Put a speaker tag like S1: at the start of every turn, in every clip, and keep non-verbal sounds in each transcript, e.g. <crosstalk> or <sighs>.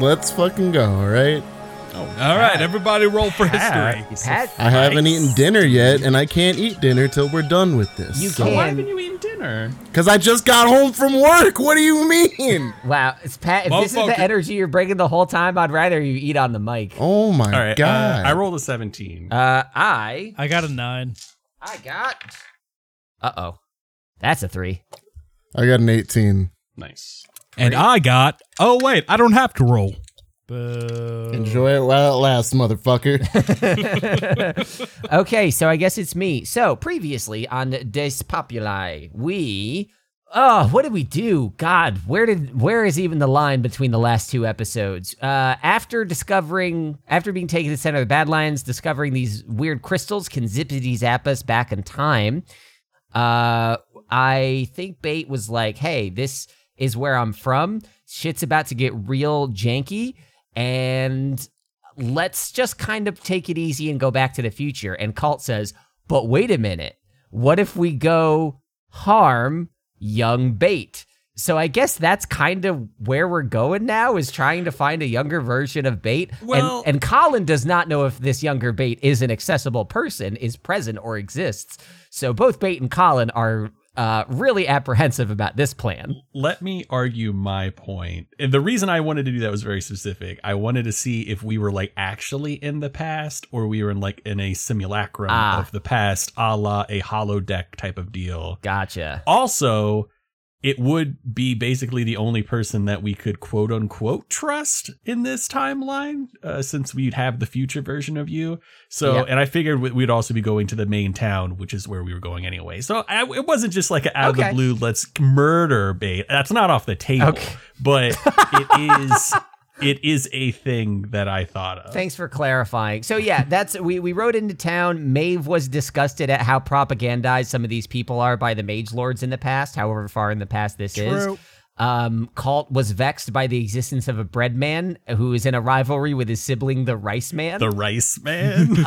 S1: let's fucking go. All right.
S2: All right, everybody roll for history.
S3: Pat,
S4: Pat,
S1: I haven't eaten dinner yet, and I can't eat dinner till we're done with this.
S4: You
S1: so-
S3: Why
S4: can-
S3: haven't you eaten dinner?
S1: Cause I just got home from work. What do you mean?
S4: wow, it's Pat. If this is
S2: Motherfucker.
S4: the energy you're bringing the whole time, I'd rather you eat on the mic. Uh,
S1: Oh my
S3: All right, uh,
S1: god!
S3: I rolled a seventeen.
S4: I
S5: I got a nine.
S4: I got. Uh oh, that's a three.
S1: I got an eighteen.
S3: nice.
S2: And I got. Oh wait, I don't have to roll.
S5: Boo.
S1: Enjoy it while it lasts, motherfucker. <laughs>
S4: Okay, so I guess it's me. So previously on Des Populi, we oh, what did we do? God, where did where is even the line between the last two episodes? Uh, after discovering, after being taken to the center of the Badlands, discovering these weird crystals can zippity zap us back in time. Uh, I think Bait was like, "Hey, this is where I'm from. Shit's about to get real janky, and let's just kind of take it easy and go back to the future. And Colt says, but wait a minute. What if we go harm young bait? So I guess that's kind of where we're going now is trying to find a younger version of bait.
S2: Well-
S4: and, and Colin does not know if this younger bait is an accessible person, is present or exists. So both bait and Colin are uh, really apprehensive about this plan.
S3: Let me argue my point. And the reason I wanted to do that was very specific. I wanted to see if we were like actually in the past or we were in like in a simulacrum
S4: Ah.
S3: of the past, a la a hollow deck type of deal.
S4: Gotcha.
S3: Also, it would be basically the only person that we could quote unquote trust in this timeline, uh, since we'd have the future version of you. So,
S4: Yeah.
S3: and I figured we- we'd also be going to the main town, which is where we were going anyway. So I, it wasn't just like a out of
S4: Okay.
S3: the blue, let's murder bait. That's not off the table,
S4: Okay. <laughs>
S3: but it is. It is a thing that I thought of.
S4: Thanks for clarifying. So yeah, that's we we rode into town. Maeve was disgusted at how propagandized some of these people are by the mage lords in the past, however far in the past this
S5: True.
S4: is. Um, Colt was vexed by the existence of a bread man who is in a rivalry with his sibling, the rice man.
S3: the rice man.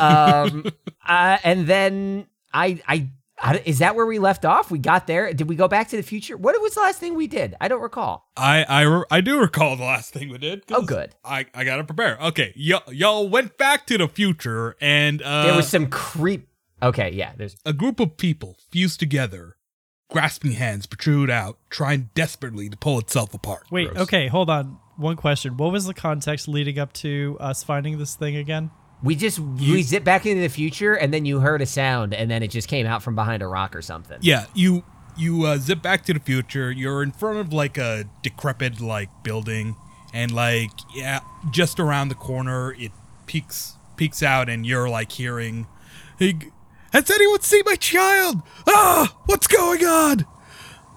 S4: <laughs> um, uh, and then I, I, I, is that where we left off? We got there. Did we go back to the future? What was the last thing we did? I don't recall.
S2: I I, re- I do recall the last thing we did. 'cause
S4: Oh, good.
S2: I I gotta prepare. Okay, y- y'all went back to the future, and uh,
S4: there was some creep. Okay, yeah. There's
S2: a group of people fused together. Grasping hands protrude out, trying desperately to pull itself apart.
S5: Wait, okay, hold on. One question. What was the context leading up to us finding this thing again?
S4: We just we zip back into the future, and then you heard a sound, and then it just came out from behind a rock or something.
S2: Yeah, you you uh, zip back to the future. You're in front of like a decrepit like building, and like yeah, just around the corner it peeks peeks out, and you're like hearing, hey, g- "Has anyone seen my child? Ah, what's going on?"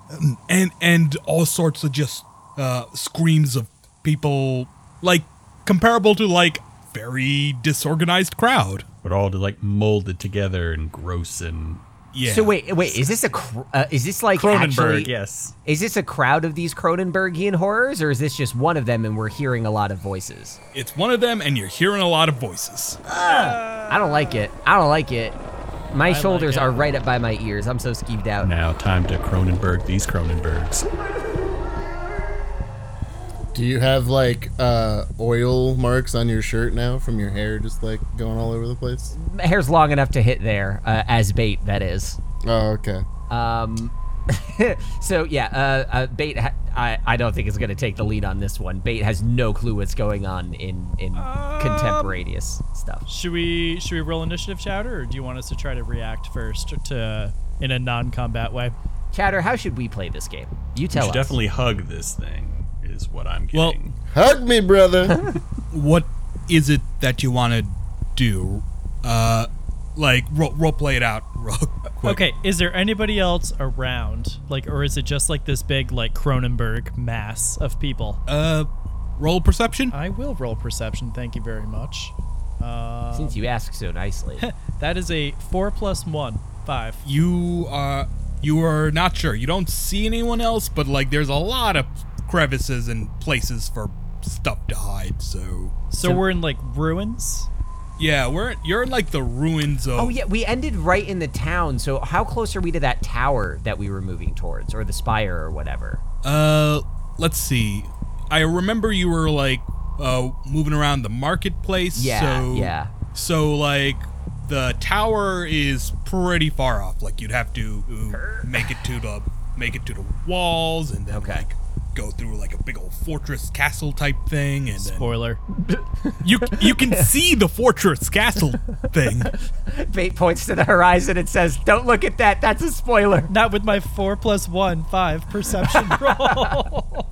S2: Um, And and all sorts of just uh, screams of people like comparable to like very disorganized crowd.
S3: but all like molded together and gross and
S2: Yeah.
S4: So wait, wait, is this a cr- uh, is this like
S3: Cronenberg,
S4: actually
S3: yes.
S4: is this a crowd of these Cronenbergian horrors, or is this just one of them, and we're hearing a lot of voices?
S2: It's one of them, and you're hearing a lot of voices.
S4: I don't like it. I don't like it. My shoulders
S5: it.
S4: are right up by my ears. I'm so skeeved out.
S3: Now, time to Cronenberg these Cronenbergs.
S1: Do you have like uh, oil marks on your shirt now from your hair, just like going all over the place?
S4: My hair's long enough to hit there uh, as bait. That is.
S1: Oh, okay.
S4: Um, <laughs> so yeah, uh, uh, Bait. Ha- I I don't think is going to take the lead on this one. Bait has no clue what's going on in in contemporaneous stuff.
S5: Should we should we roll initiative chowder or do you want us to try to react first to in a non-combat way?
S4: Chatter, how should we play this game? You tell
S3: should
S4: us.
S3: definitely hug this thing, is what I'm getting.
S2: Well-
S1: Hug me, brother. <laughs>
S2: what is it that you want to do? Uh, like role, role play it out real <laughs> quick.
S5: Okay, is there anybody else around? Like or is it just like this big like Cronenberg mass of people?
S2: Uh, roll perception.
S5: I will roll perception, thank you very much. Uh,
S4: Since you ask so nicely.
S3: <laughs>
S5: that is a four plus one, five.
S2: You are you are not sure. You don't see anyone else, but like there's a lot of crevices and places for stuff to hide. So
S5: So we're in like ruins?
S2: yeah, we're you're in like the ruins of.
S4: oh yeah, we ended right in the town. So how close are we to that tower that we were moving towards, or the spire, or whatever? <laughs>
S2: Uh, let's see. I remember you were like uh, moving around the marketplace.
S4: Yeah,
S2: so,
S4: yeah.
S2: So like the tower is pretty far off. Like you'd have to make it to the make it to the walls and then like go through like a big old fortress castle type thing and then
S5: Spoiler.
S2: you you can see the fortress castle thing.
S4: Fate points to the horizon and says, "Don't look at that. That's a spoiler."
S5: Not with my four plus one, five perception roll.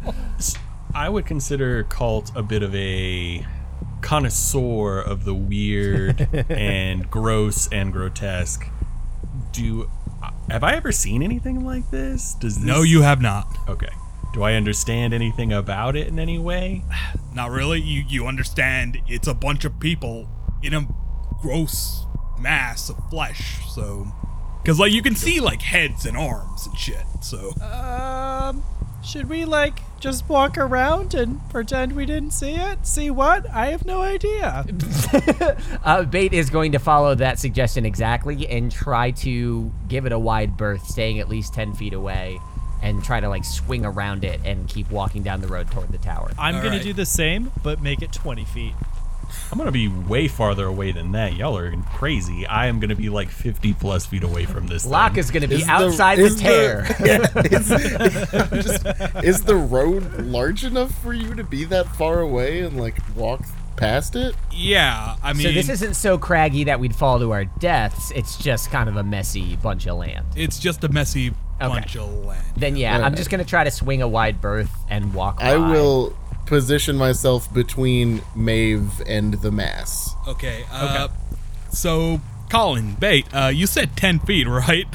S3: I would consider Cult a bit of a connoisseur of the <laughs> weird and gross and grotesque. Do have I ever seen anything like this? Does this,
S2: No, you have not.
S3: okay? Do I understand anything about it in any way?
S2: Not really. You you understand? It's a bunch of people in a gross mass of flesh. So, because like you can see like heads and arms and shit. So
S5: um, should we like just walk around and pretend we didn't see it? See what? I have no idea.
S4: Uh, Bait is going to follow that suggestion exactly and try to give it a wide berth, staying at least 10 feet away, and try to like swing around it and keep walking down the road toward the tower.
S5: I'm
S2: All
S5: gonna
S2: right.
S5: do the same, but make it twenty feet.
S3: I'm gonna be way farther away than that. Y'all are crazy. I am gonna be like 50 plus feet away from this.
S4: Locke
S3: thing.
S4: is going to be
S1: Is the-
S4: outside the,
S1: is the-
S4: tear.
S1: Is the road large enough for you to be that far away and like walk past it?
S2: yeah, I mean,
S4: so this isn't so craggy that we'd fall to our deaths. It's just kind of a messy bunch of land.
S2: it's just a messy bunch of land.
S4: Then yeah, I'm
S1: Alright.
S4: just going to try to swing a wide berth and walk.
S1: I
S4: by.
S1: will position myself between Maeve and the mass.
S2: Okay. Uh, So, Colin, bait. Uh, you said ten feet, <laughs> right?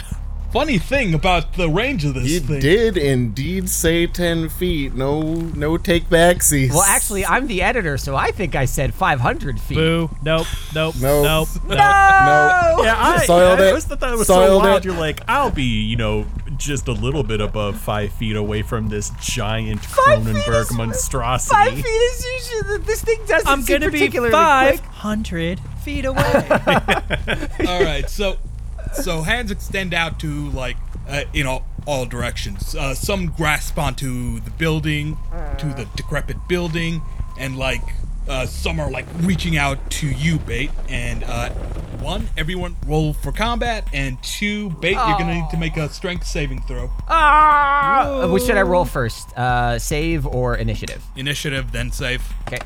S2: Funny thing about the range of this
S1: You
S2: thing.
S1: did indeed say ten feet. No, no take backsies.
S4: Well, actually, I'm the editor, so I think I said 500 feet.
S5: Boo. Nope. Nope.
S1: No.
S3: <laughs>
S5: Nope.
S4: No!
S5: nope.
S3: Yeah, I,
S1: <laughs> Soiled
S3: I
S1: it.
S3: always thought that was so
S1: Soiled
S3: loud.
S1: it.
S3: You're like, I'll be, you know, just a little bit above five feet away from this giant Cronenberg monstrosity.
S4: Five feet is usually this thing doesn't.
S5: I'm
S4: seem
S5: gonna be
S4: particularly
S5: five
S4: quick.
S5: hundred feet <laughs> away.
S2: All right, so so hands extend out to like uh, in all, all directions. Uh, some grasp onto the building, to the decrepit building, and like uh, some are like reaching out to you, bait. And uh, one, everyone roll for combat, and two, bait. You're gonna need to make a strength saving throw.
S4: Uh, Which should I roll first? Uh, save or initiative?
S2: Initiative, then save.
S4: Okay.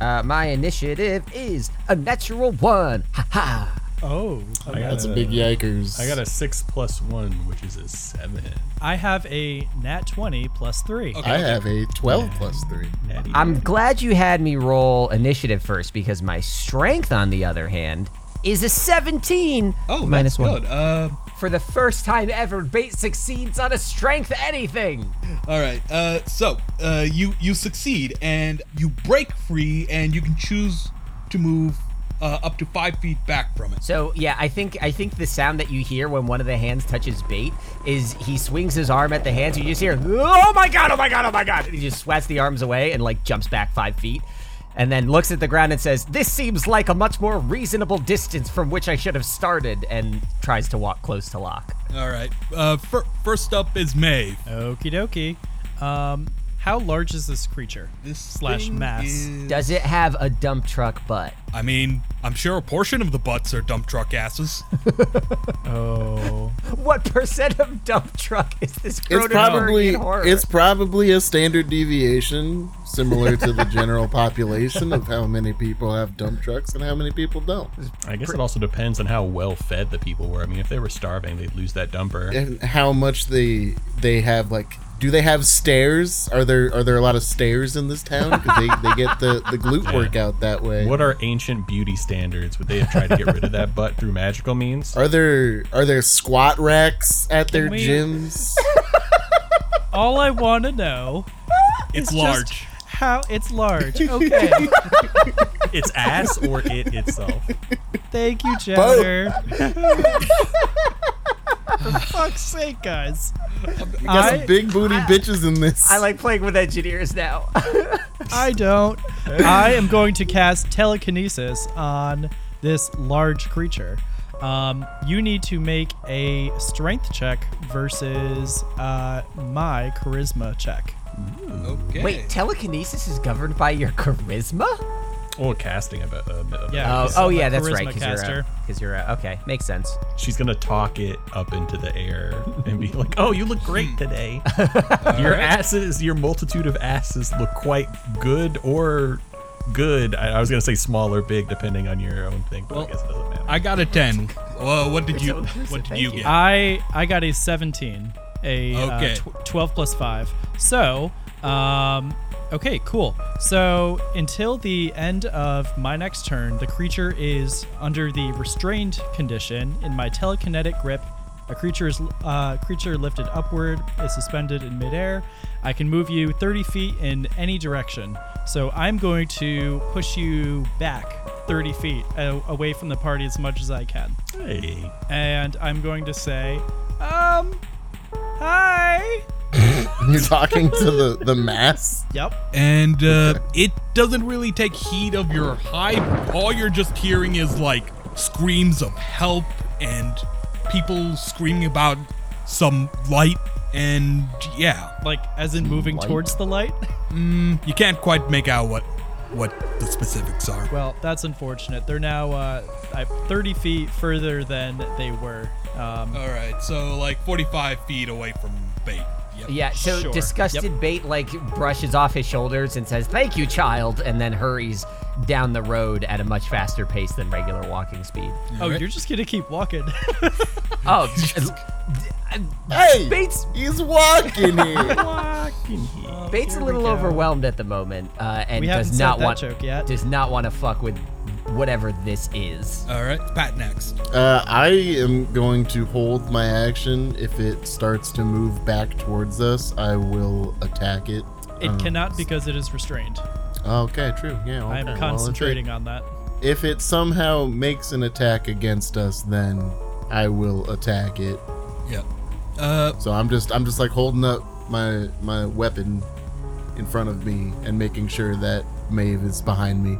S4: Uh, my initiative is a natural one. Ha ha.
S5: oh.
S3: I got
S1: that's a big yikers.
S3: I got a six plus one, which is a seven.
S5: I have a nat twenty plus three.
S2: Okay.
S1: I have a twelve plus three.
S3: Natty.
S4: I'm glad you had me roll initiative first because my strength, on the other hand, is a 17.
S2: Oh, that's
S4: Minus one.
S2: Good. Uh,
S4: For the first time ever, Bait succeeds on a strength anything.
S2: All right. Uh, so uh, you you succeed and you break free, and you can choose to move uh, up to five feet back from it.
S4: So yeah, I think I think the sound that you hear when one of the hands touches bait is he swings his arm at the hands. You just hear, oh my god, oh my god, oh my god. And he just swats the arms away and like jumps back five feet, and then looks at the ground and says, "This seems like a much more reasonable distance from which I should have started," and tries to walk close to Locke.
S2: All right. Uh, fir- first up is May.
S5: Uh, Okie dokie. Um, how large is this creature?
S2: This
S5: Slash
S2: thing
S5: mass.
S2: is-
S4: Does it have a dump truck butt?
S2: I mean, I'm sure a portion of the butts are dump truck asses.
S5: Oh.
S4: <laughs> What percent of dump truck is this?
S1: It's
S4: Cronenbergian
S1: probably
S4: horror?
S1: it's probably a standard deviation similar to
S4: <laughs>
S1: the general population of how many people have dump trucks and how many people don't.
S3: I guess it also depends on how well fed the people were. I mean, if they were starving, they'd lose that dumper.
S1: And how much they they have like do they have stairs? Are there are there a lot of stairs in this town? 'Cause they, they get the, the glute workout that way.
S3: What are ancient beauty standards? Would they have tried to get rid of that butt through
S1: <laughs>
S3: magical means?
S1: Are there are there squat racks at their
S5: Can we- <laughs>
S1: gyms?
S5: All I want to know
S2: <laughs> It's
S5: is
S2: large.
S5: just how
S2: <laughs>
S5: it's large. Okay.
S3: It's ass or it itself?
S5: Thank
S2: <laughs>
S5: you, Jenner. For fuck's sake, guys.
S1: We got
S5: I-
S1: some big booty bitches in this.
S4: I like playing with engineers now.
S5: I don't. I am going to cast telekinesis on this large creature. Um, you need to make a strength check versus uh, my charisma check.
S2: Okay.
S4: Wait, telekinesis is governed by your charisma?
S3: Or casting, I bet. uh, uh,
S4: Oh,
S5: Yeah. because
S4: oh
S5: I'm a
S4: yeah, that's
S5: charisma
S4: right. Because you're
S5: caster.
S4: a, because you're a, okay, makes sense.
S3: She's gonna talk it up into the air and be like, "Oh, you look great today. <laughs> your asses, your multitude of asses, look quite good or good. I, I was gonna say small or big, depending on your own thing, but
S2: Well,
S3: I guess it doesn't matter.
S2: I got a ten. Whoa, what did you?
S4: so inclusive,
S2: What did
S4: thank
S2: you
S4: you.
S2: get?
S5: I I got a 17, a uh,
S2: Okay.
S5: tw- 12 plus 5. So, um okay, cool. So, until the end of my next turn, the creature is under the restrained condition in my telekinetic grip. A creature is uh, creature lifted upward is suspended in midair. I can move you 30 feet in any direction. So I'm going to push you back 30 feet uh, away from the party as much as I can
S3: Hey.
S5: and I'm going to say, um, hi.
S1: <laughs> You're talking to the the mass.
S5: Yep.
S2: and uh, it doesn't really take heed of your hype. All you're just hearing is like screams of help and people screaming about some light. And yeah,
S5: Like, as in moving
S1: Light.
S5: towards the light.
S2: you can't quite make out what what the specifics are.
S5: <laughs> Well, that's unfortunate. They're now uh, I- 30 feet further than they were. Um,
S2: All right, so like 45 feet away from bait. Yep.
S4: Yeah, so
S5: Sure.
S4: disgusted bait like brushes off his shoulders and says, "Thank you, child," and then hurries down the road at a much faster pace than regular walking
S5: <laughs>
S4: speed.
S5: oh, you're just gonna keep walking. <laughs>
S4: Oh, uh,
S1: Hey,
S4: Bates
S1: he's walking
S5: <laughs>
S1: here.
S4: Bates a
S5: Oh, Here we
S4: little
S5: go.
S4: overwhelmed at the moment uh, and
S5: We haven't
S4: does
S5: said
S4: not
S5: that
S4: want
S5: joke yet.
S4: does not want to fuck with whatever this is.
S2: All right, Pat next.
S1: uh, I am going to hold my action. If it starts to move back towards us, I will attack it.
S5: It
S1: Um,
S5: cannot because it is restrained.
S1: Okay, true. Yeah, okay.
S5: I'm
S1: well, if it-
S5: concentrating on that.
S1: if it somehow makes an attack against us, then I will attack it.
S2: Yep. Uh,
S1: So I'm just I'm just like holding up my my weapon in front of me and making sure that Maeve is behind me.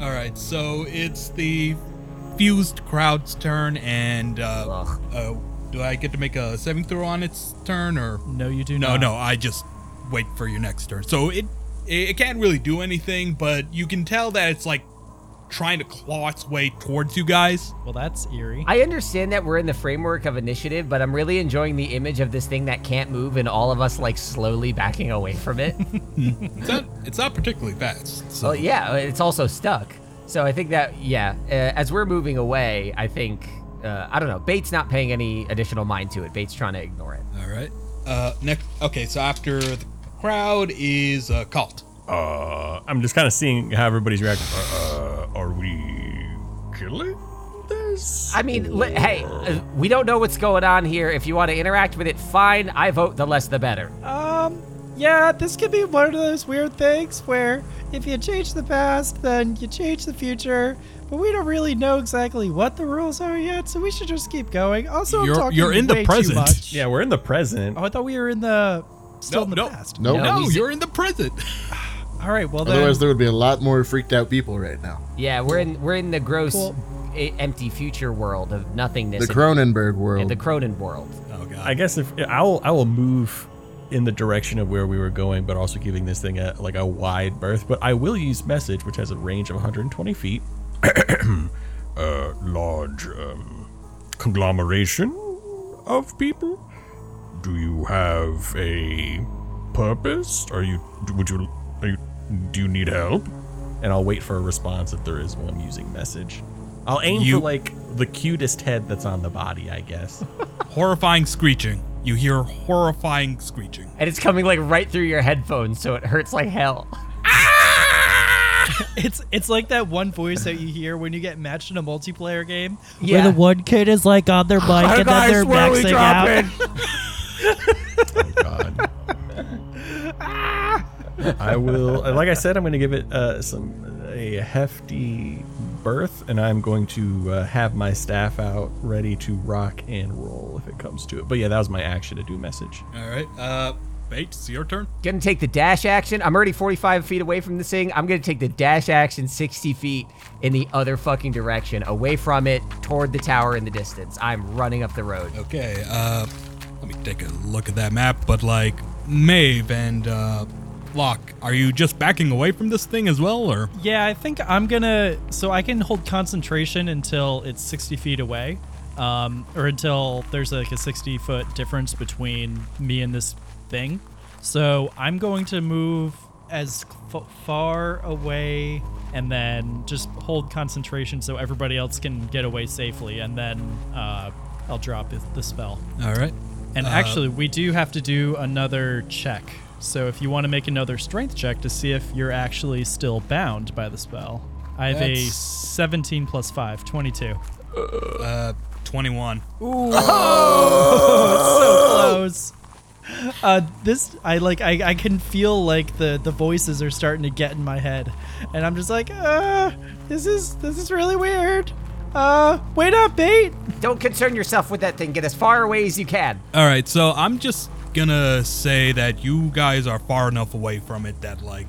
S2: all right, so it's the fused crowd's turn, and
S5: Oh.
S2: uh,
S4: Ugh.
S2: uh, do I get to make a saving throw on its turn, or
S5: No, you do
S2: no?
S5: not.
S2: No, I just wait for your next turn. So it it it can't really do anything, but you can tell that it's like trying to claw its way towards you guys.
S5: Well, that's eerie.
S4: I understand that we're in the framework of initiative, but I'm really enjoying the image of this thing that can't move and all of us like slowly backing away from it.
S2: It's not it's not particularly fast. So
S4: Well, yeah, uh, it's also stuck. So I think that yeah, uh, as we're moving away, I think uh, I don't know. Bates not paying any additional mind to it. Bates trying to ignore it.
S2: all right. Uh, next. Okay, so after the crowd is uh, cult.
S3: Uh, I'm just kind of seeing how everybody's reacting. Uh, uh, are we killing this?
S4: I mean, li- hey, uh, we don't know what's going on here. If you want to interact with it, fine. I vote the less the better.
S5: Um, yeah, this could be one of those weird things where if you change the past, then you change the future. But we don't really know exactly what the rules are yet, so we should just keep going. Also, I'm
S2: You're-
S5: talking
S2: you're in the
S5: way too
S2: present.
S5: much.
S3: yeah, we're in the present.
S5: Oh, I thought we were in the still
S2: No,
S5: in the
S2: no.
S5: past.
S1: Nope.
S4: No,
S2: No,
S4: he's-
S2: you're in the present.
S5: All right. Well, then.
S1: Otherwise, there would be a lot more freaked out people right now.
S4: Yeah, we're in we're in the gross,
S5: Cool.
S4: e- empty future world of
S1: The
S4: nothingness.
S1: Cronenberg
S4: and
S1: world.
S4: the Cronin world.
S2: Oh god.
S3: I guess if I will, I will move in the direction of where we were going, but also giving this thing a like a wide berth. But I will use message, which has a range of 120 feet. <clears throat> uh, large um, conglomeration of people. Do you have a purpose? Are you? Would you? Are you? Do you need help? And I'll wait for a response if there is one using message. I'll aim
S2: You-
S3: for like the cutest head that's on the body, I guess.
S2: horrifying screeching. You hear horrifying screeching.
S4: And it's coming like right through your headphones, so it hurts like hell.
S5: It's it's like that one voice that you hear when you get matched in a multiplayer game.
S4: Yeah.
S5: Where the one kid is like on their bike and then they're maxing out.
S3: Oh God. I will. Like I said, I'm going to give it uh, some a hefty berth, and I'm going to uh, have my staff out ready to rock and roll if it comes to it. But yeah, that was my action to do message.
S2: All right. Uh, Bates, your turn.
S4: Gonna take the dash action. I'm already 45 feet away from this thing. I'm gonna take the dash action 60 feet in the other fucking direction, away from it, toward the tower in the distance. I'm running up the road.
S2: Okay. Uh, let me take a look at that map. But like, Maeve and uh, Locke, are you just backing away from this thing as well, or
S5: Yeah, I think I'm gonna. So I can hold concentration until it's 60 feet away, um, or until there's like a 60 foot difference between me and this thing. So I'm going to move as f- far away and then just hold concentration so everybody else can get away safely, and then uh, I'll drop the, the spell.
S2: all right?
S5: And
S2: Uh,
S5: actually, we do have to do another check. So if you want to make another strength check to see if you're actually still bound by the spell, I have a
S1: That's-
S5: 17 plus 5, 22.
S2: Uh, twenty-one.
S5: Close. Uh, this I like. I, I can feel like the the voices are starting to get in my head, and I'm just like, uh, this is this is really weird. Uh, wait up, bait.
S4: Don't concern yourself with that thing. Get as far away as you can.
S2: All right, so I'm just gonna say that you guys are far enough away from it that like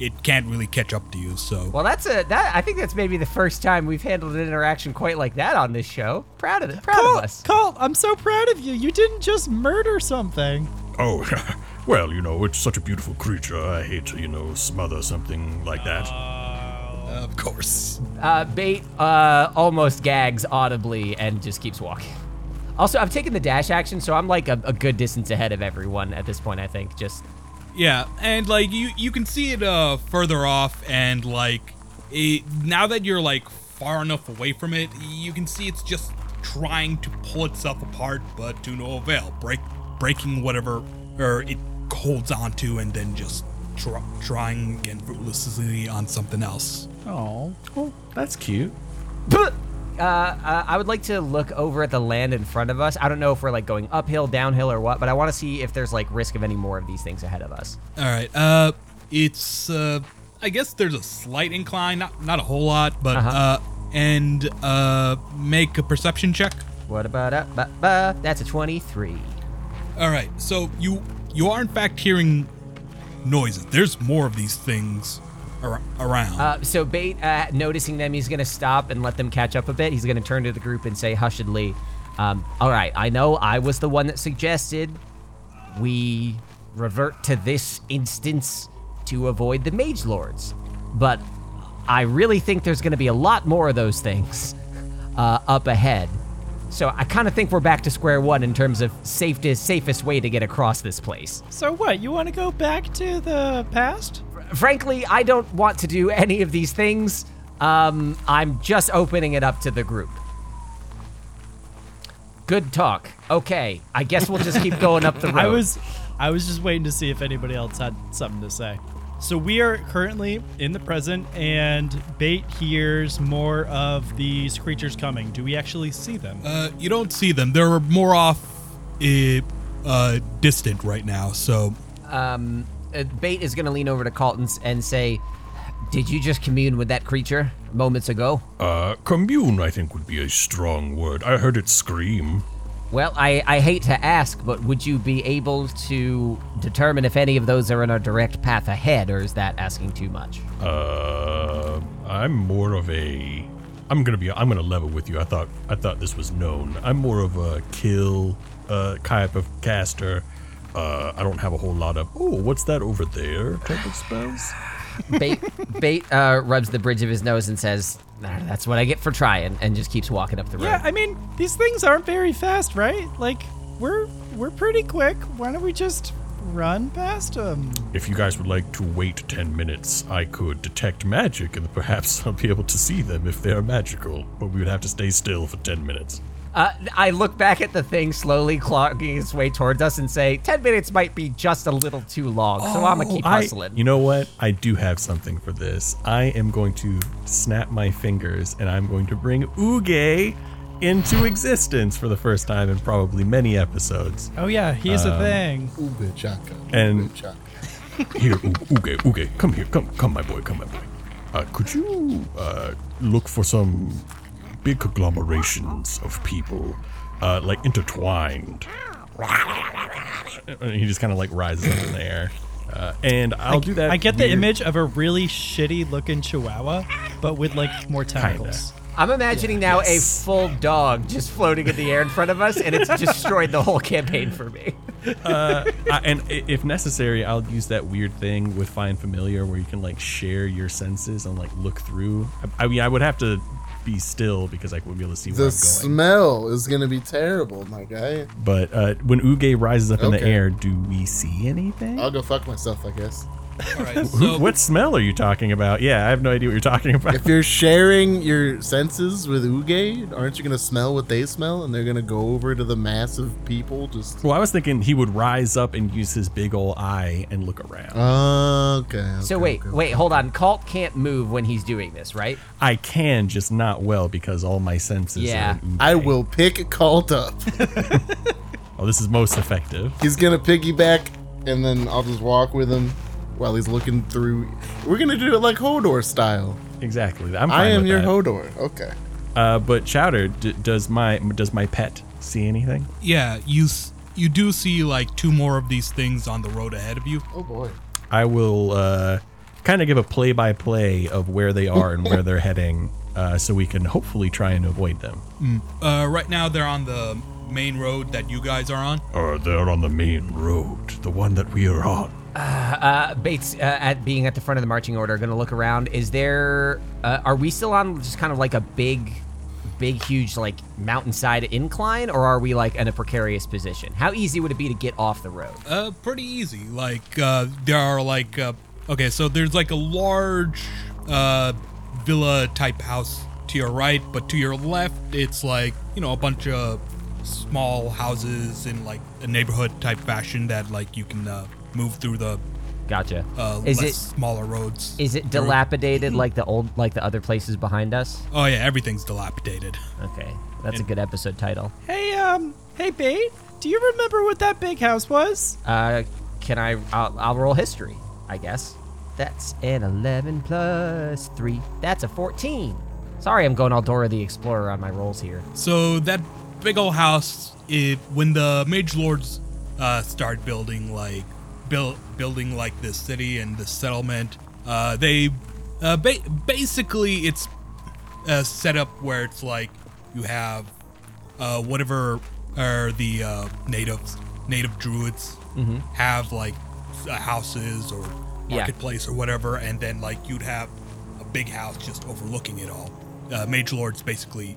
S2: it can't really catch up to you. So
S4: Well, that's a that. I think that's maybe the first time we've handled an interaction quite like that on this show. Proud of it. Proud of us.
S5: Colt, I'm so proud of you. You didn't just murder something.
S3: Oh, <laughs> well, you know, it's such a beautiful creature. I hate to, you know, smother something like that.
S2: of course.
S4: Uh, Bait uh, almost gags audibly and just keeps walking. Also, I've taken the dash action, so I'm like a, a good distance ahead of everyone at this point. I think just
S2: Yeah, and like you you can see it uh further off and like it, now that you're like far enough away from it, you can see it's just trying to pull itself apart but to no avail. Break breaking whatever or it holds onto and then just tr- trying again fruitlessly on something else.
S5: Oh,
S3: That's cute.
S4: Uh, uh, I would like to look over at the land in front of us. I don't know if we're like going uphill, downhill, or what, but I want to see if there's like risk of any more of these things ahead of us.
S2: All right. Uh, it's uh, I guess there's a slight incline, not not a whole lot, but uh and uh, make a perception check.
S4: What about up? Ba, ba? That's a 23.
S2: All right. So you you are in fact hearing noises. There's more of these things ar- around.
S4: Uh, so Bait, uh, noticing them, he's gonna stop and let them catch up a bit. He's gonna turn to the group and say hushedly, um, "All right, I know I was the one that suggested we revert to this instance to avoid the mage lords, but I really think there's gonna be a lot more of those things uh, up ahead." So I kind of think we're back to square one in terms of safest safest way to get across this place.
S5: so what? You want to go back to the past?
S4: frankly, I don't want to do any of these things. Um, I'm just opening it up to the group. Good talk. Okay, I guess we'll just keep going up the road.
S5: <laughs> I was I was just waiting to see if anybody else had something to say. So we are currently in the present and Bait hears more of these creatures coming. Do we actually see them?
S2: Uh, you don't see them. They're more off, uh, uh, distant right now. So
S4: Um, uh, Bait is gonna lean over to Colton s- and say, "Did you just commune with that creature moments ago?"
S3: Uh, commune, I think, would be a strong word. I heard it scream.
S4: Well, I, I hate to ask, but would you be able to determine if any of those are in our direct path ahead, or is that asking too much?
S3: Uh, I'm more of a. I'm gonna be. I'm gonna level with you. I thought. I thought this was known. I'm more of a kill uh, type of caster. Uh, I don't have a whole lot of. Oh, what's that over there? Type of spells.
S4: Bait, Bait uh, rubs the bridge of his nose and says, "Ah, "That's what I get for trying," and just keeps walking up the road.
S5: yeah, I mean, these things aren't very fast, right? Like we're we're pretty quick. Why don't we just run past them?
S3: If you guys would like to wait ten minutes, I could detect magic, and perhaps <laughs> I'll be able to see them if they are magical. But we would have to stay still for ten minutes.
S4: uh, I look back at the thing slowly clogging its way towards us and say, 10 minutes might be just a little too long, so I'm gonna keep
S3: I-
S4: hustling."
S3: you know what? I do have something for this. I am going to snap my fingers and I'm going to bring Uge into existence for the first time in probably many episodes.
S5: Oh yeah, he's a thing.
S1: Ooga chaka.
S3: And-
S1: Ooga chaka.
S3: Here, U- Uge, Uge, come here, come, come, my boy, come, my boy. Uh, could you uh, look for some big conglomerations of people, uh, like intertwined? And he just kind of like rises up in the air. Uh, and I'll do that.
S5: I get the
S3: weird-
S5: image of a really shitty looking chihuahua, but with like more tentacles.
S4: I'm imagining now a full dog just floating in the air in front of us, and it's destroyed the whole campaign for me.
S3: I, and i- if necessary, I'll use that weird thing with Find Familiar where you can like share your senses and like look through. I, I mean, I would have to be still because I wouldn't be able to see where
S1: The
S3: I'm going.
S1: smell is gonna be terrible, my guy.
S3: but uh, when Uge rises up in the
S1: Okay.
S3: air, do we see anything?
S1: I'll go fuck myself, I guess.
S2: All right,
S3: Who-
S2: so
S3: what smell are you talking about? Yeah, I have no idea what you're talking about.
S1: If you're sharing your senses with Uge, aren't you gonna smell what they smell, and they're gonna go over to the mass of people just?
S3: Well, I was thinking he would rise up and use his big ol' eye and look around.
S1: Uh. Okay.
S4: So
S1: okay,
S4: wait,
S1: okay.
S4: wait, hold on. Colt can't move when he's doing this, right?
S3: I can, just not well, because all my senses.
S4: Yeah.
S3: Are in Uge.
S1: I will pick Cult up.
S3: Oh, this is most effective.
S1: He's gonna piggyback, and then I'll just walk with him while he's looking through. We're gonna do it like Hodor style.
S3: Exactly. I'm. Fine
S1: I am
S3: with
S1: your
S3: that.
S1: Hodor. Okay.
S3: Uh, but Chowder, d- does my does my pet see anything?
S2: yeah, you s- you do see like two more of these things on the road ahead of you.
S1: Oh boy.
S3: I will uh, kind of give a play by play of where they are and where they're heading, uh, so we can hopefully try and avoid them.
S2: Uh, right now they're on the main road that you guys are on.
S3: Uh, they're on the main road, the one that we are on.
S4: Uh, Bates, uh, at being at the front of the marching order, going to look around. Is there? Uh, are we still on just kind of like a big, big, huge like mountainside incline, or are we like in a precarious position? How easy would it be to get off the road?
S2: Uh, pretty easy. Like uh, there are like uh, okay, so there's like a large uh, villa type house to your right, but to your left it's like you know a bunch of small houses in like a neighborhood type fashion that like you can uh, move through the
S4: Gotcha. Mm-hmm.
S2: uh,
S4: is
S2: less
S4: it?
S2: smaller roads.
S4: Is it dilapidated like the old, like the other places behind us?
S2: oh yeah, everything's dilapidated. <laughs>
S4: Okay, that's a good episode title.
S5: Hey, um, hey, Bait, do you remember what that big house was?
S4: Uh, can I? I'll, I'll roll history, I guess. That's an 11 plus 3. That's a 14. Sorry, I'm going all Dora the Explorer on my rolls here.
S2: So that big old house, it when the mage lords uh, start building like build building like this city and this settlement, uh, they uh, ba- basically it's a setup where it's like you have uh, whatever are the uh, natives native druids have like uh, houses or
S4: Yeah.
S2: marketplace or whatever, and then like you'd have a big house just overlooking it all. Uh, Mage lords basically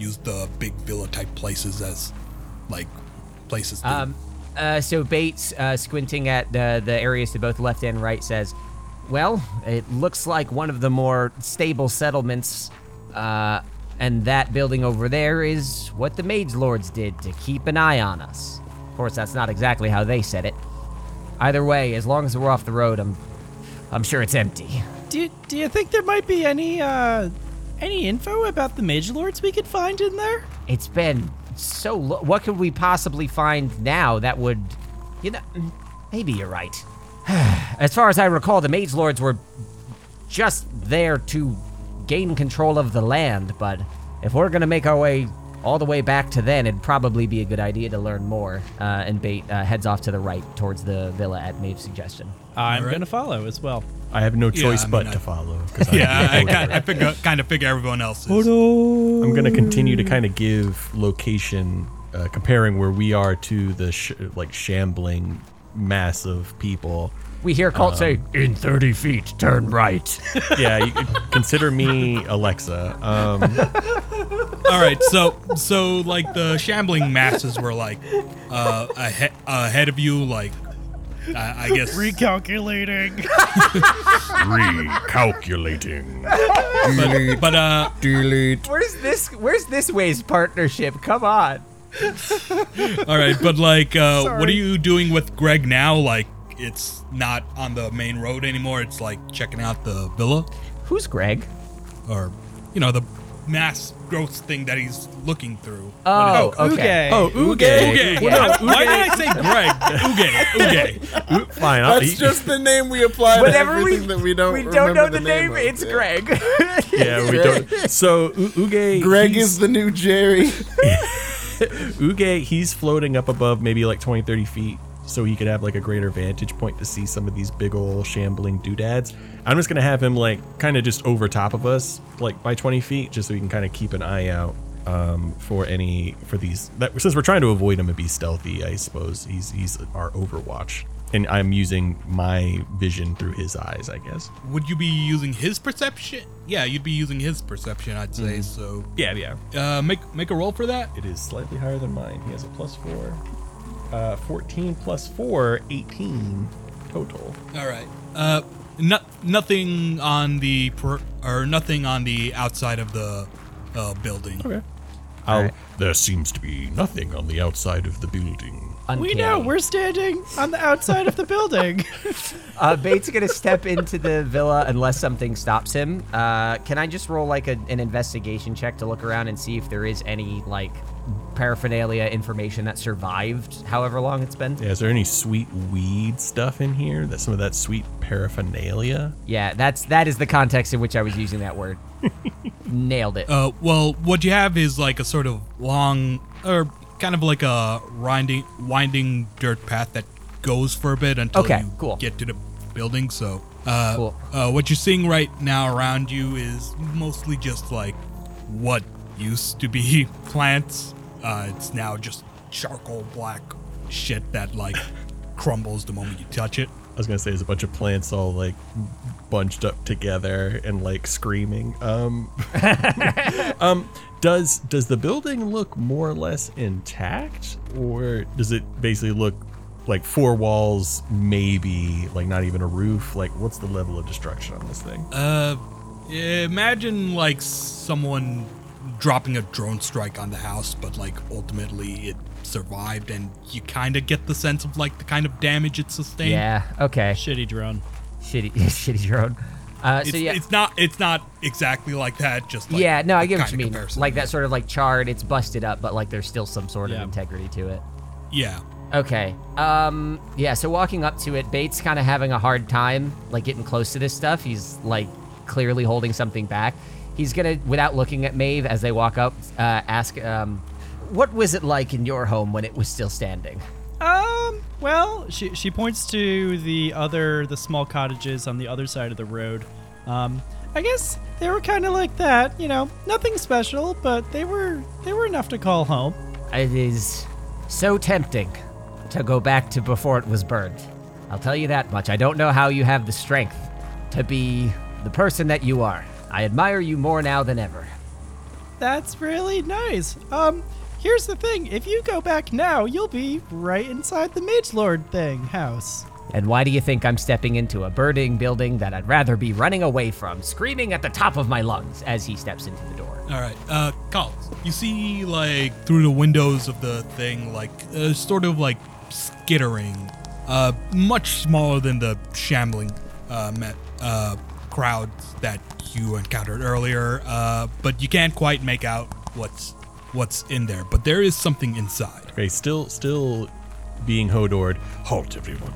S2: use the big villa type places as like places. To,
S4: Um, uh, so Bates, uh, squinting at the, the areas to both left and right, says, Well, it looks like one of the more stable settlements, uh, and that building over there is what the Mage Lords did to keep an eye on us. Of course, that's not exactly how they said it. Either way, as long as we're off the road, I'm, I'm sure it's empty.
S5: Do you, do you think there might be any, uh, any info about the Mage Lords we could find in there?
S4: It's been so. Lo- what could we possibly find now that would, you know? mm, Maybe you're right. <sighs> as far as I recall, the mage lords were just there to gain control of the land. But if we're gonna make our way all the way back to then, it'd probably be a good idea to learn more. Uh, and Bait uh, heads off to the right towards the villa at Maeve's suggestion.
S5: I'm gonna follow as well.
S3: I have no
S2: Yeah,
S3: choice
S2: I mean,
S3: but
S2: I-
S3: to follow.
S2: <laughs>
S3: 'cause I'm
S2: yeah, I,
S3: a
S2: I,
S3: Hodor.
S2: <laughs> I
S4: <laughs>
S2: figure, kind of figure everyone else is.
S3: I'm gonna continue to kind of give location, uh, comparing where we are to the sh- like shambling mass of people.
S4: We hear Colt say,
S6: In 30 feet, turn right.
S3: Yeah, you, consider me Alexa. Um,
S2: All right, so so like the shambling masses were like uh, ahead, ahead of you, like I, I guess
S5: Recalculating.
S6: Recalculating.
S1: Delete.
S2: But uh,
S1: delete.
S4: <laughs> "Where's this? Where's this way's partnership? Come on!"
S2: all right, but like, uh, what are you doing with Greg now? Like, it's not on the main road anymore. It's like checking out the villa,
S4: Who's Greg?
S2: or you know, the mass growth thing that he's looking through.
S4: Oh,
S5: Uge.
S4: okay.
S2: Uge. Why did I say Greg? <laughs> Uge. Uge.
S3: Fine. I'll,
S1: That's just the name we apply to
S4: Whatever we,
S1: everything that we don't remember
S4: know the, name,
S1: of,
S4: it's
S1: yeah.
S4: Greg.
S3: yeah. We don't. So U- Uge.
S1: Greg
S3: he's-
S1: is the new Jerry.
S3: Uge. He's floating up above, maybe like 20, 30 feet. so he could have like a greater vantage point to see some of these big ol' shambling doodads. I'm just gonna have him like kind of just over top of us, like by 20 feet, just so we can kind of keep an eye out um, for any for these. That since we're trying to avoid him and be stealthy, I suppose he's he's our Overwatch, and I'm using my vision through his eyes, I guess.
S2: Would you be using his perception? Yeah, you'd be using his perception, I'd say.
S4: Mm-hmm.
S2: So,
S3: Yeah, yeah.
S2: uh, make make a roll for that.
S3: It is slightly higher than mine. He has a plus four. Uh, 14 plus 4, 18 total.
S2: All right. Uh, no, nothing on the per- or nothing on the outside of the uh, building.
S3: Okay.
S4: right.
S3: There seems to be nothing on the outside of the building.
S5: We
S4: Uncanny.
S5: know we're standing on the outside of the <laughs> building.
S4: Uh, Bates gonna step into the villa unless something stops him. Uh, can I just roll like a, an investigation check to look around and see if there is any like paraphernalia information that survived however long it's been?
S3: Yeah, is there any sweet weed stuff in here? That some of that sweet paraphernalia?
S4: Yeah, that's that is the context in which I was using that
S2: <laughs>
S4: word. Nailed it.
S2: Uh, well, what you have is like a sort of long, or kind of like a winding, winding dirt path that goes for a bit until
S4: Okay,
S2: you
S4: cool.
S2: get to the building. So, uh,
S4: Cool.
S2: uh, what you're seeing right now around you is mostly just like what used to be <laughs> plants. Uh, it's now just charcoal black shit that <laughs> like crumbles the moment you touch it.
S3: I was gonna say there's a bunch of plants all like bunched up together and like screaming. Um, <laughs> um, does does the building look more or less intact, or does it basically look like four walls, maybe like not even a roof? Like, what's the level of destruction on this thing?
S2: Uh, imagine like someone dropping a drone strike on the house, but like ultimately it survived, and you kind of get the sense of like the kind of damage it sustained.
S4: yeah. Okay.
S5: Shitty drone.
S4: Shitty, <laughs> shitty drone. Uh,
S2: It's,
S4: so yeah.
S2: it's not it's not exactly like that. Just like
S4: yeah, no, I
S2: the
S4: get what
S2: kind
S4: you
S2: of
S4: mean.
S2: comparison.
S4: Like that sort of like charred, it's busted up, but like there's still some sort of
S5: Yeah.
S4: integrity to it.
S2: Yeah,
S4: Okay. Um yeah, so walking up to it, Bates kind of having a hard time like getting close to this stuff. He's like clearly holding something back. He's going to without looking at Maeve as they walk up, uh ask um what was it like in your home when it was still standing?
S5: Um, well, she, she points to the other, the small cottages on the other side of the road. Um, I guess they were kind of like that, you know, nothing special, but they were, they were enough to call home.
S4: It is so tempting to go back to before it was burned. I'll tell you that much. I don't know how you have the strength to be the person that you are. I admire you more now than ever.
S5: That's really nice. Um, here's the thing. If you go back now, you'll be right inside the Mage Lord thing house.
S4: And why do you think I'm stepping into a burning building that I'd rather be running away from, screaming at the top of my lungs as he steps into the door?
S2: All right, uh, Collins. You see, like through the windows of the thing, like uh, sort of like skittering, uh, much smaller than the shambling uh, met, uh, crowds that you encountered earlier. Uh, but you can't quite make out what's what's in there. But there is something inside.
S3: Okay, still still being hodored.
S6: Halt, everyone.